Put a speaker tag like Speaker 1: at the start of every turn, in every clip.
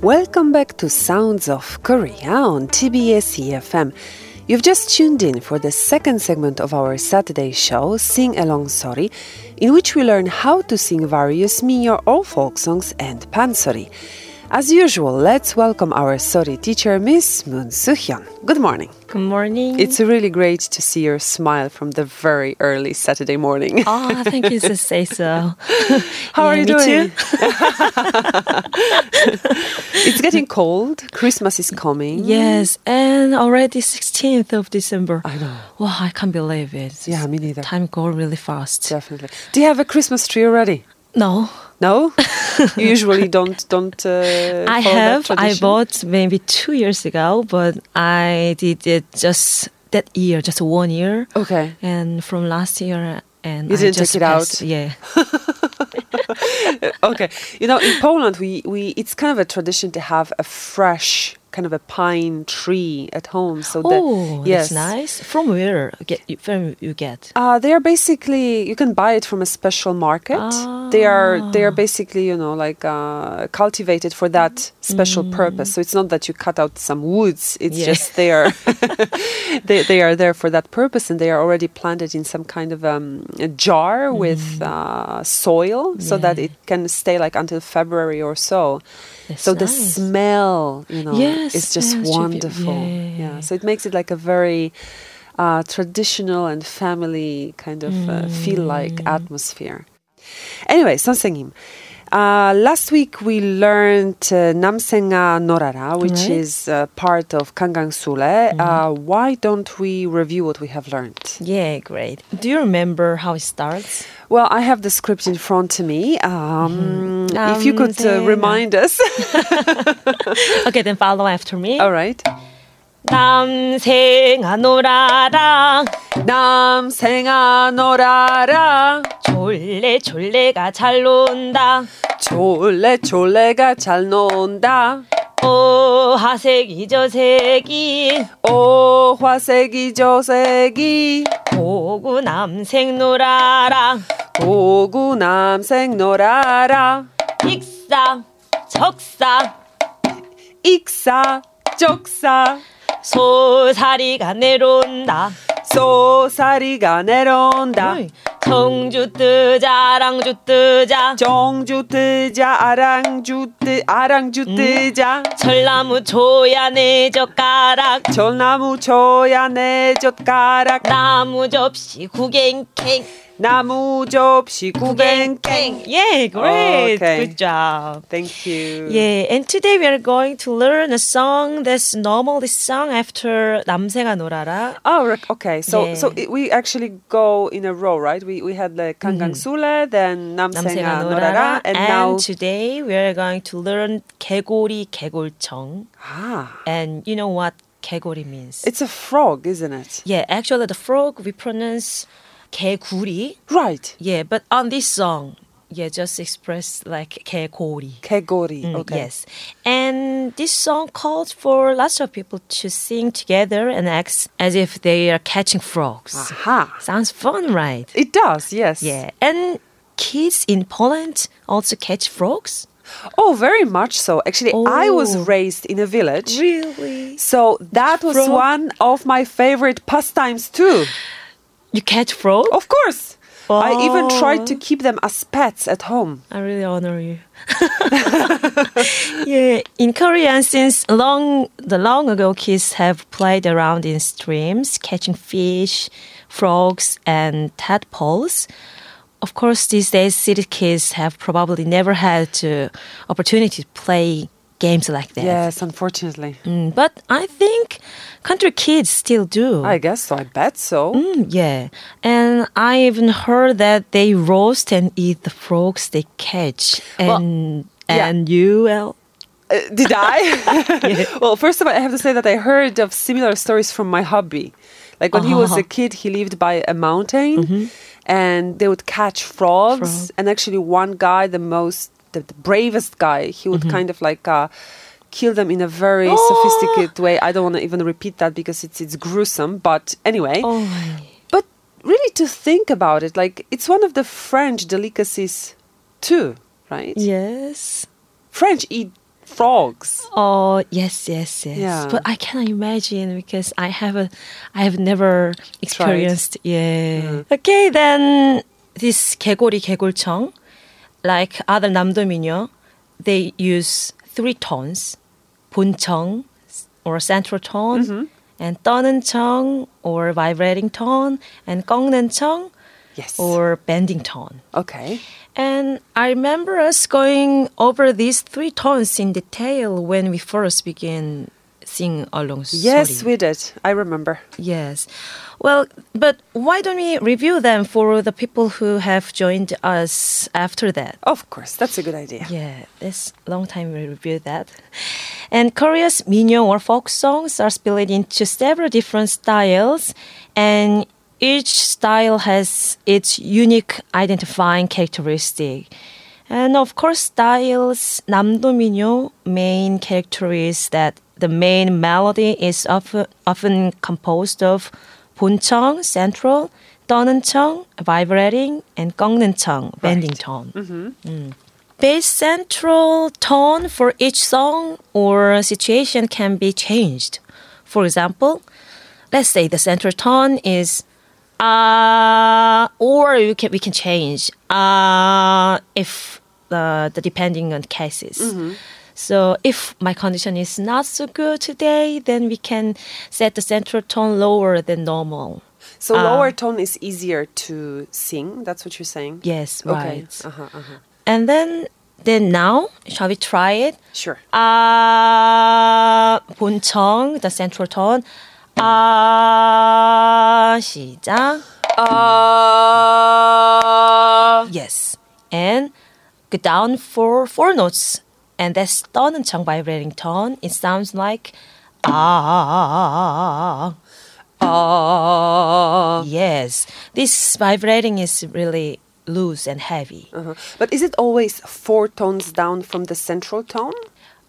Speaker 1: Welcome back to Sounds of Korea on TBS EFM. E You've just tuned in for the second segment of our Saturday show, Sing Along Sori, in which we learn how to sing various Minyo or folk songs and pansori. As usual, let's welcome our Sori teacher, Miss Moon Soo-hyun. Good morning.
Speaker 2: Good morning.
Speaker 1: It's really great to see your smile from the very early Saturday morning.
Speaker 2: Ah, thank you to say so.
Speaker 1: How are
Speaker 2: Yeah,
Speaker 1: you
Speaker 2: me
Speaker 1: doing?
Speaker 2: too.
Speaker 1: it's getting cold. Christmas is coming.
Speaker 2: Yes, and already 16th of December.
Speaker 1: I know.
Speaker 2: Wow, I can't believe it.
Speaker 1: Yeah, me neither.
Speaker 2: Time go really fast.
Speaker 1: Definitely. Do you have a Christmas tree already?
Speaker 2: No,
Speaker 1: No, you usually don't don't. Uh,
Speaker 2: I
Speaker 1: follow that
Speaker 2: have. I
Speaker 1: tradition?
Speaker 2: bought maybe two years ago, but I did it just that year, just one year.
Speaker 1: Okay.
Speaker 2: And from last year, and
Speaker 1: You
Speaker 2: I
Speaker 1: didn't
Speaker 2: just
Speaker 1: take it out?
Speaker 2: passed- Yeah.
Speaker 1: Okay. You know, in Poland, we we it's kind of a tradition to have a fresh kind of a pine tree at home. So
Speaker 2: Oh,
Speaker 1: that yes,
Speaker 2: that's nice. From where get you, from you get?
Speaker 1: Uh, they are basically you can buy it from a special market. They are they are
Speaker 2: Ah.
Speaker 1: basically you know like uh, cultivated for that special purpose. So it's not that you cut out some woods. It's
Speaker 2: Mm. Yeah.
Speaker 1: just they are they they are there for that purpose, and they are already planted in some kind of um, a jar with uh, soil so that
Speaker 2: Mm. Yeah.
Speaker 1: it can stay like until February or so.
Speaker 2: That's
Speaker 1: so the
Speaker 2: nice.
Speaker 1: smell, you know,
Speaker 2: Yes,
Speaker 1: is just
Speaker 2: yes, should be-
Speaker 1: wonderful.
Speaker 2: yeah.
Speaker 1: yeah. So it makes it like a very uh, traditional and family kind of uh, feel like
Speaker 2: Mm.
Speaker 1: atmosphere. Anyway, 선생님. Uh, last week we learned uh, Namsenga Norara, which
Speaker 2: Right.
Speaker 1: is
Speaker 2: Mm-hmm.
Speaker 1: uh, part of Kangang Sule. Uh, why don't we review what we have learned?
Speaker 2: Yeah, great. Do you remember how it starts?
Speaker 1: Well, I have the script in front of me. Um, if you could uh,
Speaker 2: Mm-hmm. Namsenga.
Speaker 1: remind us.
Speaker 2: okay, then follow after me.
Speaker 1: All right.
Speaker 2: 남생아노라라
Speaker 1: 남생아 놀아라
Speaker 2: 졸래졸래가 잘 논다
Speaker 1: 졸래졸래가 잘 논다
Speaker 2: 오 어, 하색이 저색이
Speaker 1: 오 화색이 저색이
Speaker 2: 보고 남생 놀아라
Speaker 1: 고구 남생 놀아라
Speaker 2: 익사 적사
Speaker 1: 익사 쪽사
Speaker 2: 소사리가 내려온다
Speaker 1: 소사리가 내려온다
Speaker 2: 청주 뜨자 랑주 뜨자
Speaker 1: 정주 뜨자 아랑주 뜨 아랑주 뜨자
Speaker 2: 전나무 조야 내 젓가락
Speaker 1: 전나무 초야 내 젓가락
Speaker 2: 나무 접시 구갱캥
Speaker 1: 나무 접시 구갱갱
Speaker 2: Yeah, 예, great.
Speaker 1: Okay.
Speaker 2: Good job.
Speaker 1: Thank you.
Speaker 2: Yeah, and today we are going to learn a song that's normally sung after 남생아 놀아라.
Speaker 1: Oh, rec- okay. So
Speaker 2: Yeah.
Speaker 1: so it, we actually go in a row, right? We we had like Kangang
Speaker 2: Mm-hmm.
Speaker 1: Sule, then
Speaker 2: 남생아
Speaker 1: Namsenga
Speaker 2: 놀아라.
Speaker 1: Norara, and now
Speaker 2: today we are going to learn 개고리 개골청.
Speaker 1: ah,
Speaker 2: And you know what 개고리 means?
Speaker 1: it's a frog, isn't it?
Speaker 2: yeah, actually the frog we pronounce 개구리.
Speaker 1: Right.
Speaker 2: Yeah, but on this song, yeah, just express like 개고리.
Speaker 1: Kegori.
Speaker 2: Mm,
Speaker 1: okay.
Speaker 2: Yes. And this song calls for lots of people to sing together and act as if they are catching frogs.
Speaker 1: Aha.
Speaker 2: Sounds fun, right?
Speaker 1: It does. Yes.
Speaker 2: Yeah. And kids in Poland also catch frogs?
Speaker 1: Oh, very much so. Actually, I was
Speaker 2: Oh.
Speaker 1: raised in a village.
Speaker 2: Really?
Speaker 1: So that was
Speaker 2: Frog?
Speaker 1: one of my favorite pastimes too.
Speaker 2: You catch frogs?
Speaker 1: Of course. I even
Speaker 2: Oh.
Speaker 1: tried to keep them as pets at home.
Speaker 2: I really honor you. yeah, in Korean, since long the long ago, kids have played around in streams, catching fish, frogs, and tadpoles. Of course, these days, city kids have probably never had the opportunity to play games like that.
Speaker 1: Yes, unfortunately.
Speaker 2: Mm, but I think country kids still do.
Speaker 1: I guess so. I bet so.
Speaker 2: Mm, yeah, and I even heard that they roast and eat the frogs they catch, and
Speaker 1: yeah.
Speaker 2: and you well,
Speaker 1: Uh, did I? well, first of all, I have to say that I heard of similar stories from my hubby. Like when he was a kid, he lived by a mountain and they would catch frogs.
Speaker 2: Frog.
Speaker 1: And actually, one guy, the most, the, the bravest guy, he would kind of like. Uh, Kill them in a very sophisticated way. I don't want to even repeat that because it's it's gruesome. But anyway,
Speaker 2: oh,
Speaker 1: but really to think about it, like it's one of the French delicacies too, right?
Speaker 2: yes,
Speaker 1: French eat frogs.
Speaker 2: Oh yes, yes, yes.
Speaker 1: Yeah.
Speaker 2: But I cannot imagine because I have a, I have never experienced. Yeah. Okay, then this 개고리 개골청, like other 남도민요, they use three tones, 본청 or central tone, and 떠는 청 or vibrating tone, and 꺾는 청
Speaker 1: Yes.
Speaker 2: or bending tone.
Speaker 1: okay.
Speaker 2: And I remember us going over these three tones in detail when we first began sing along.
Speaker 1: Yes, we did. I remember.
Speaker 2: yes. Well, but why don't we review them for the people who have joined us after that?
Speaker 1: Of course, that's a good idea.
Speaker 2: Yeah, it's long time we review that. And Korea's minyo or folk songs are split into several different styles, and each style has its unique identifying characteristic. And of course, styles 남도 민요 main character is that the main melody is often, often composed of 본청, central, 떠는 청, vibrating, and 꺾는 청, bending tone. Bass central tone for each song or situation can be changed. For example, let's say the central tone is ah, or you can we can change ah if uh, the depending on cases. So if my condition is not so good today, then we can set the central tone lower than normal.
Speaker 1: So
Speaker 2: Uh,
Speaker 1: lower tone is easier to sing. That's what you're saying.
Speaker 2: Yes,
Speaker 1: Okay.
Speaker 2: right.
Speaker 1: Uh-huh, uh-huh.
Speaker 2: And then then now shall we try it?
Speaker 1: Sure.
Speaker 2: 아 본청 the central tone 아 시작
Speaker 1: Uh,
Speaker 2: yes and go down for four notes and that's 떠는 청 vibrating tone it sounds like 아
Speaker 1: uh,
Speaker 2: yes this vibrating is really loose and heavy
Speaker 1: uh-huh. But is it always four tones down from the central tone?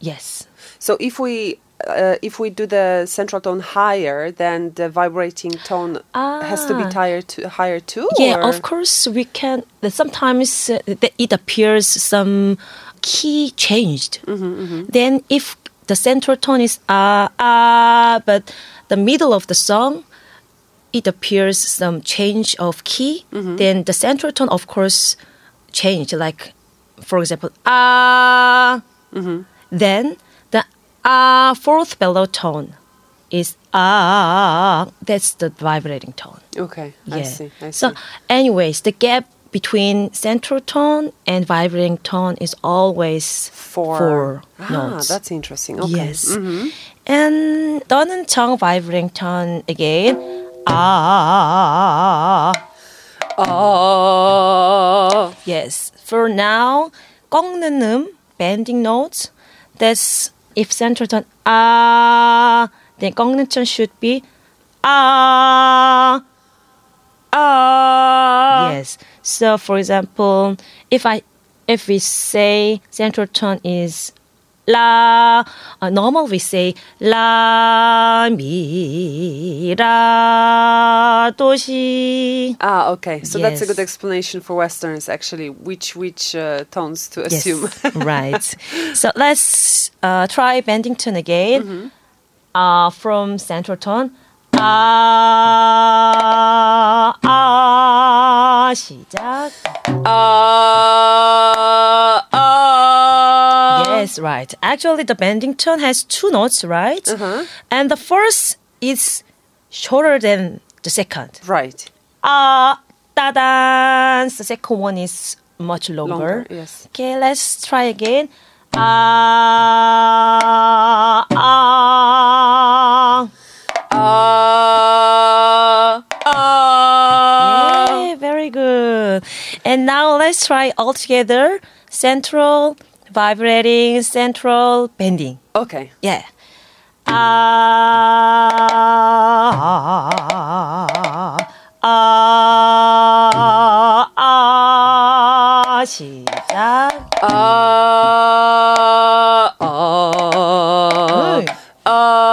Speaker 2: yes
Speaker 1: So if we uh, if we do the central tone higher, then the vibrating tone has to be
Speaker 2: Ah.
Speaker 1: higher to higher too.
Speaker 2: Yeah,
Speaker 1: or-
Speaker 2: of course we can. Sometimes uh, th- it appears some key changed. Then if the central tone is ah ah, but the middle of the song, it appears some change of key. Then the central tone, of course, changed. Like, for example, ah. Then the ah fourth bellow tone is ah. That's the vibrating tone.
Speaker 1: Okay, I see. I see.
Speaker 2: So, anyways, the gap between central tone and vibrating tone is always
Speaker 1: four.
Speaker 2: four
Speaker 1: ah,
Speaker 2: notes.
Speaker 1: that's interesting. Okay.
Speaker 2: Yes. And 떠는 청 vibrating tone again. Ah.
Speaker 1: Oh.
Speaker 2: Yes. For now, 꺾는 음, bending notes. That's if central tone ah, then 꺾는 tone should be ah.
Speaker 1: Ah.
Speaker 2: Yes. So, for example, if I if we say central tone is la, uh, normal we say la mi ra do si.
Speaker 1: Ah, okay. So that's a good
Speaker 2: Yes.
Speaker 1: explanation for Westerners, actually, which which uh, tones to
Speaker 2: Yes.
Speaker 1: assume.
Speaker 2: right. So let's uh, try bending tone again. Uh, from central tone. Uh, 아, 아, 시작.
Speaker 1: Ah. Ah.
Speaker 2: Yes, right. Actually, the bending tone has two notes, right? And the first is shorter than the second.
Speaker 1: Right.
Speaker 2: Ah, da da. The second one is much longer.
Speaker 1: Longer, yes.
Speaker 2: Okay, let's try again. Uh,
Speaker 1: Ah.
Speaker 2: Ah, ah.
Speaker 1: Ah.
Speaker 2: Yay, very good. And now let's try all together. Central, vibrating, central, bending.
Speaker 1: Okay.
Speaker 2: Yeah. 아, 아, 아, 아, 시작.
Speaker 1: Ah. Ah.
Speaker 2: Good.
Speaker 1: Ah.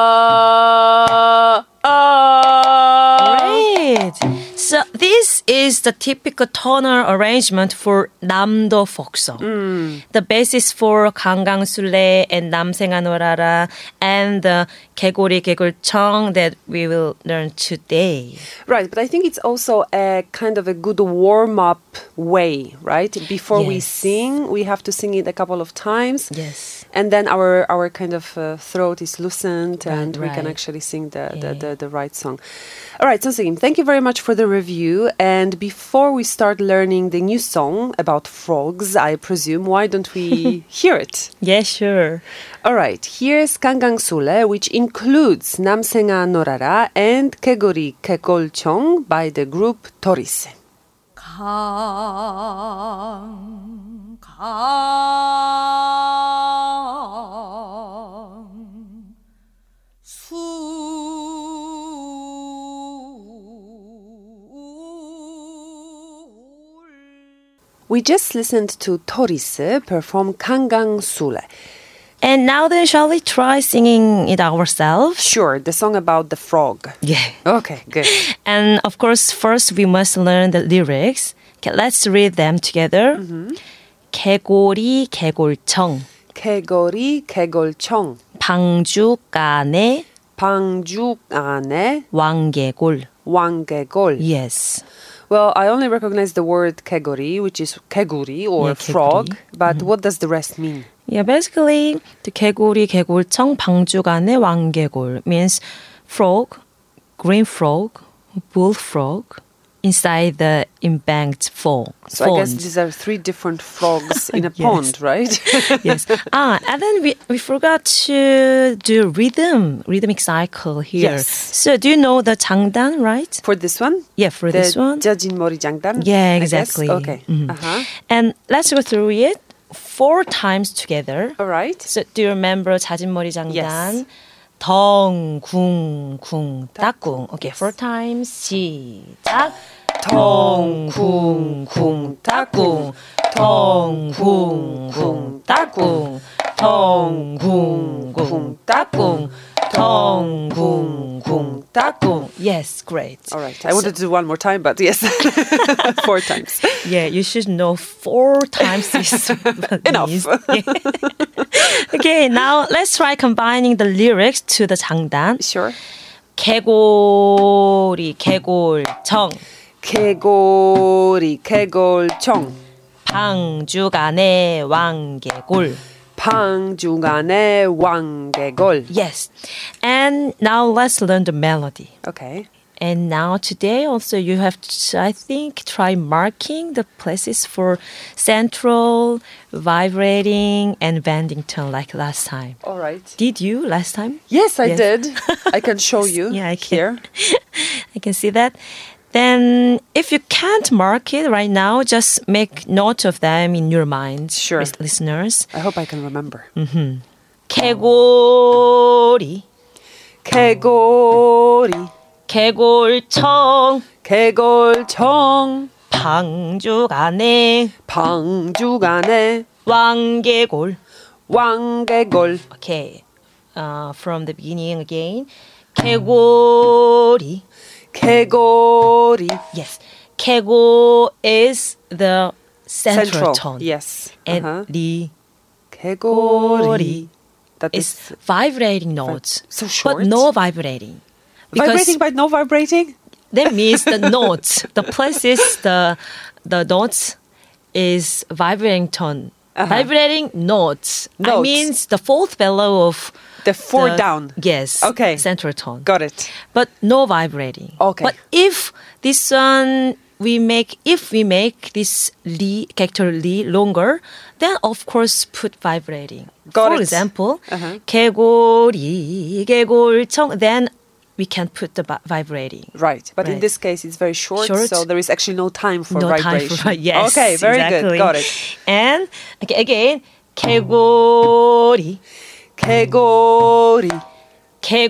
Speaker 1: Ah.
Speaker 2: Great. So this is the typical tonal arrangement for Namdo folksong. The basis for Kangangsule and Namsenganorara and the Gegori Gegolchong that we will learn today.
Speaker 1: Right, but I think it's also a kind of a good warm up way, right? Before we
Speaker 2: Yes.
Speaker 1: sing, we have to sing it a couple of times.
Speaker 2: Yes.
Speaker 1: And then our, our kind of uh, throat is loosened and we can
Speaker 2: right.
Speaker 1: actually sing the, the, the,
Speaker 2: Yeah.
Speaker 1: the right song. All right, so Selim, thank you very much for the review. And before we start learning the new song about frogs, I presume, why don't we hear it?
Speaker 2: Yeah, sure.
Speaker 1: All right, here's Kangang Sule, which includes Namsenga Norara and Kegori Kekolchong by the group Torise.
Speaker 3: 강, 강, 술.
Speaker 1: We just listened to Torise perform Kangang Sule.
Speaker 2: And now then, shall we try singing it ourselves?
Speaker 1: Sure, the song about the frog.
Speaker 2: Yeah.
Speaker 1: Okay, good.
Speaker 2: And of course, first we must learn the lyrics. Okay, let's read them together.
Speaker 1: Mm-hmm.
Speaker 2: 개고리 개골청
Speaker 1: Kegori Kegolchong,
Speaker 2: 방주간의
Speaker 1: Pangjuk Ane,
Speaker 2: 왕개골.
Speaker 1: Wangegol.
Speaker 2: Yes.
Speaker 1: Well, I only recognize the word Kegori, which is Keguri or
Speaker 2: Yeah, keguri. Mm-hmm.
Speaker 1: frog, but what does the rest mean?
Speaker 2: Yeah, basically, the 개구리 개골청 방주간의 왕개골 means frog, green frog, bullfrog inside the embanked fo- pond.
Speaker 1: So I guess these are three different frogs in a
Speaker 2: Yes.
Speaker 1: pond, right?
Speaker 2: yes. Ah, and then we, we forgot to do rhythm, rhythmic cycle here.
Speaker 1: Yes.
Speaker 2: So do you know the 장단, right?
Speaker 1: For this one?
Speaker 2: Yeah, for
Speaker 1: the
Speaker 2: this one.
Speaker 1: Jajin Mori Jangdan?
Speaker 2: Yeah,
Speaker 1: I guess?
Speaker 2: exactly.
Speaker 1: Okay.
Speaker 2: Mhm.
Speaker 1: Uh-huh.
Speaker 2: And let's go through it four times together.
Speaker 1: All right.
Speaker 2: So do you remember 자진머리 장단?
Speaker 1: Yes.
Speaker 2: 덩, 궁, 궁, 따꿍. Okay,
Speaker 1: Yes.
Speaker 2: four times. 시작.
Speaker 1: 덩, 궁, 궁, 따꿍. 덩, 궁, 궁, 따꿍.
Speaker 2: 덩, 궁, 궁, 따꿍. 덩, 궁, 궁, 따꿍. 어, Yes, great.
Speaker 1: All right. I wanted to do one more time, but yes, four times.
Speaker 2: Yeah, you should know four times this.
Speaker 1: Enough.
Speaker 2: means. Yeah. okay, now let's try combining the lyrics to the 장단.
Speaker 1: Sure.
Speaker 2: 개고리 개골청
Speaker 1: 개고리 개골청
Speaker 2: 방주간의 네, 왕개골.
Speaker 1: 방중간의 왕개골.
Speaker 2: Yes. And now let's learn the melody.
Speaker 1: Okay.
Speaker 2: And now today also you have to, I think, try marking the places for central, vibrating, and bending tone like last time.
Speaker 1: All right.
Speaker 2: Did you last time?
Speaker 1: Yes, I
Speaker 2: Yes.
Speaker 1: did. I can show you
Speaker 2: Yeah, I can.
Speaker 1: here.
Speaker 2: I can see that. Then, if you can't mark it right now, just make note of them in your mind,
Speaker 1: Sure.
Speaker 2: lis- listeners.
Speaker 1: I hope I can remember.
Speaker 2: Mm. 개고리,
Speaker 1: 개고리
Speaker 2: 개골청,
Speaker 1: 개골청
Speaker 2: 방주간의
Speaker 1: 방주간의
Speaker 2: 왕개골.
Speaker 1: 왕개골
Speaker 2: Okay, uh, from the beginning again. 개고리.
Speaker 1: 개고리
Speaker 2: Yes, 개고 is the central, tone,
Speaker 1: Yes.
Speaker 2: and
Speaker 1: Uh-huh.
Speaker 2: the
Speaker 1: 개고리. That
Speaker 2: It's
Speaker 1: is
Speaker 2: vibrating notes.
Speaker 1: so
Speaker 2: But
Speaker 1: short.
Speaker 2: no vibrating. Because
Speaker 1: vibrating but no vibrating.
Speaker 2: that means the notes, the places, the the notes is vibrating tone. Vibrating notes.
Speaker 1: Uh-huh.
Speaker 2: That
Speaker 1: Notes.
Speaker 2: means the fourth below of
Speaker 1: The four
Speaker 2: the-
Speaker 1: down.
Speaker 2: Yes.
Speaker 1: Okay.
Speaker 2: Central tone.
Speaker 1: Got it.
Speaker 2: but no vibrating.
Speaker 1: Okay.
Speaker 2: But if this one we make, if we make this li character li longer, then of course put vibrating.
Speaker 1: Got
Speaker 2: For
Speaker 1: it.
Speaker 2: example,
Speaker 1: Uh-huh.
Speaker 2: 개고리 개골청. Then we can put the vi- vibrating.
Speaker 1: Right. But in
Speaker 2: Right.
Speaker 1: this case it's very short,
Speaker 2: Short.
Speaker 1: so there is actually no time for
Speaker 2: no
Speaker 1: vibration.
Speaker 2: time for yes.
Speaker 1: Okay, very
Speaker 2: exactly.
Speaker 1: good. Got it.
Speaker 2: And okay, again, 개고리
Speaker 1: 개고리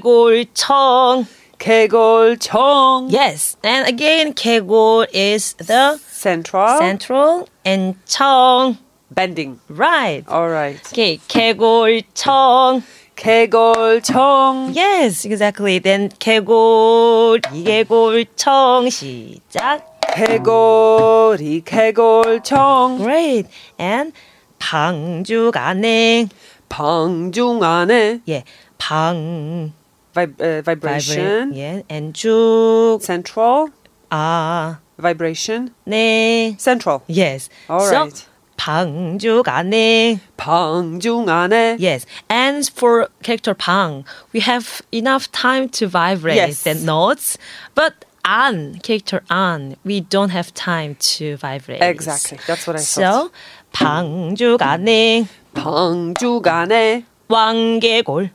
Speaker 2: 개골청.
Speaker 1: 개골청
Speaker 2: Yes. And again, 개골 is the
Speaker 1: central
Speaker 2: central and 청.
Speaker 1: bending.
Speaker 2: Right.
Speaker 1: All right.
Speaker 2: Okay, 개골청.
Speaker 1: 개골청
Speaker 2: Yes, exactly. Then 개골, 개골청 시작.
Speaker 1: 개골이 개골청
Speaker 2: Great. And 방주간행.
Speaker 1: 방중 안에
Speaker 2: 예, 방
Speaker 1: vib- uh, vibration
Speaker 2: vibrate. 예, and 쭉
Speaker 1: central
Speaker 2: 아,
Speaker 1: vibration
Speaker 2: 네.
Speaker 1: central.
Speaker 2: Yes.
Speaker 1: All
Speaker 2: so
Speaker 1: right.
Speaker 2: 방주간행.
Speaker 1: 방중 안에
Speaker 2: Yes. And for character 방, we have enough time to vibrate
Speaker 1: Yes.
Speaker 2: the notes, but an character an, we don't have time to vibrate.
Speaker 1: Exactly. That's what I thought.
Speaker 2: So 방주간행
Speaker 1: 방중 안에
Speaker 2: 왕개골.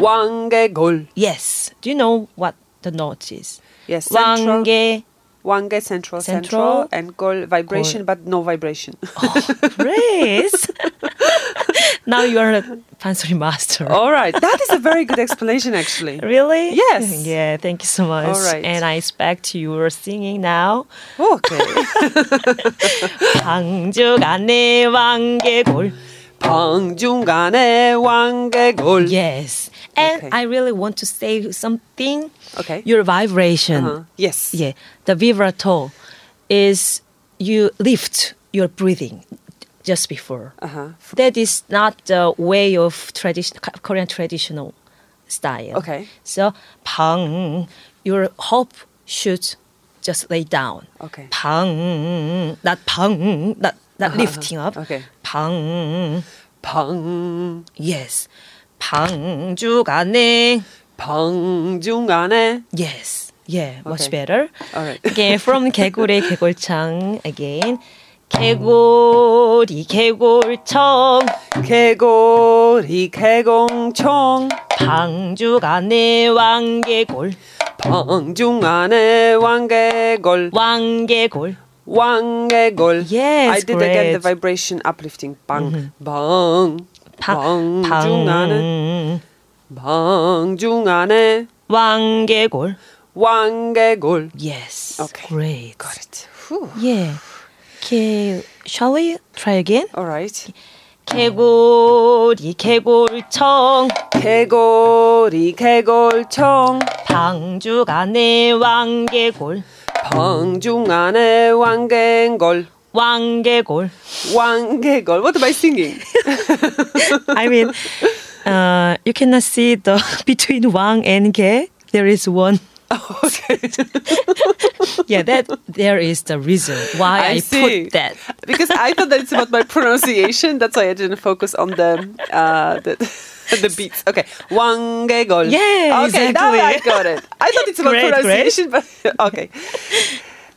Speaker 1: 왕개골.
Speaker 2: Yes. Do you know what the note is?
Speaker 1: Yes, central.
Speaker 2: 왕개.
Speaker 1: Wange central, central,
Speaker 2: Central.
Speaker 1: and goal vibration, but no vibration.
Speaker 2: Grace. now you are a pansori master.
Speaker 1: All right, that is a very good explanation, actually.
Speaker 2: Really?
Speaker 1: Yes.
Speaker 2: Yeah, thank you so much.
Speaker 1: All right.
Speaker 2: And I expect you are singing now.
Speaker 1: Okay.
Speaker 2: 방죽 안에 왕개골.
Speaker 1: 방중간에 왕개골.
Speaker 2: Yes. And
Speaker 1: Okay.
Speaker 2: I really want to say something.
Speaker 1: Okay.
Speaker 2: Your vibration.
Speaker 1: Uh-huh. Yes.
Speaker 2: Yeah. The vibrato is you lift your breathing just before.
Speaker 1: Uh-huh.
Speaker 2: That is not the way of tradition, Korean traditional style.
Speaker 1: Okay.
Speaker 2: So 방 your hope should just lay down.
Speaker 1: Okay.
Speaker 2: 방 not 방 not not lifting up.
Speaker 1: Uh-huh. Okay.
Speaker 2: 방
Speaker 1: 방
Speaker 2: yes. 방죽 안에
Speaker 1: 방중간에
Speaker 2: Yes. Yeah, much
Speaker 1: Okay.
Speaker 2: better.
Speaker 1: Alright.
Speaker 2: Okay, from 개구리 개골창 again. 개구리 개골청
Speaker 1: 개골이 개공총
Speaker 2: 방죽 안에 왕개골
Speaker 1: 방중간에 왕개골
Speaker 2: 왕개골
Speaker 1: 왕개골.
Speaker 2: Yes,
Speaker 1: I did again the
Speaker 2: great.
Speaker 1: vibration uplifting. Bang, bang,
Speaker 2: 방-
Speaker 1: 방중간에 방중간에
Speaker 2: 왕개골
Speaker 1: 왕개골.
Speaker 2: Yes.
Speaker 1: Okay.
Speaker 2: Great.
Speaker 1: Got it. Whew.
Speaker 2: Yeah. Okay, shall we try again?
Speaker 1: All right.
Speaker 2: 개골이 개골청
Speaker 1: 개골이 개골청
Speaker 2: 방죽 안에 왕개골
Speaker 1: 방중간에 왕개골
Speaker 2: 왕개골
Speaker 1: 왕개골. What am I singing?
Speaker 2: I mean, uh, you cannot see the between Wang and Ge. There is one. yeah, that there is the reason why I,
Speaker 1: see.
Speaker 2: put that.
Speaker 1: Because I thought that it's about my pronunciation. That's why I didn't focus on the uh, the, the beats. Okay, 왕개골.
Speaker 2: Yeah,
Speaker 1: okay,
Speaker 2: exactly.
Speaker 1: now I got it. I thought it's about
Speaker 2: Great, great.
Speaker 1: pronunciation, but okay.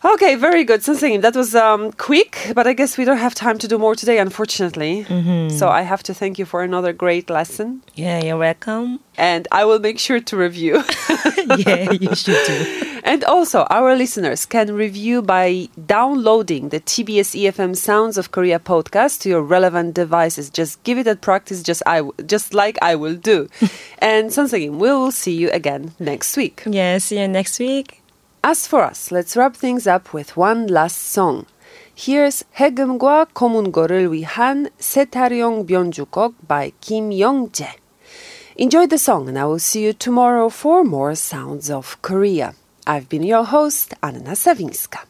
Speaker 1: Okay, very good. So singing that was um, quick, but I guess we don't have time to do more today, unfortunately.
Speaker 2: Mm-hmm.
Speaker 1: So I have to thank you for another great lesson,
Speaker 2: Yeah, you're welcome.
Speaker 1: and I will make sure to review.
Speaker 2: yeah, you should do.
Speaker 1: And also, our listeners can review by downloading the TBS EFM E Sounds of Korea podcast to your relevant devices. Just give it a practice, just I, w- just like I will do. and Sonsegim, we will see you again next week.
Speaker 2: Yeah, see you next week.
Speaker 1: As for us, let's wrap things up with one last song. Here's 해금과 검은 거를 위한 세타령 변주곡 by Kim Young-jae. Enjoy the song and I will see you tomorrow for more Sounds of Korea. I've been your host, Anna Savinska.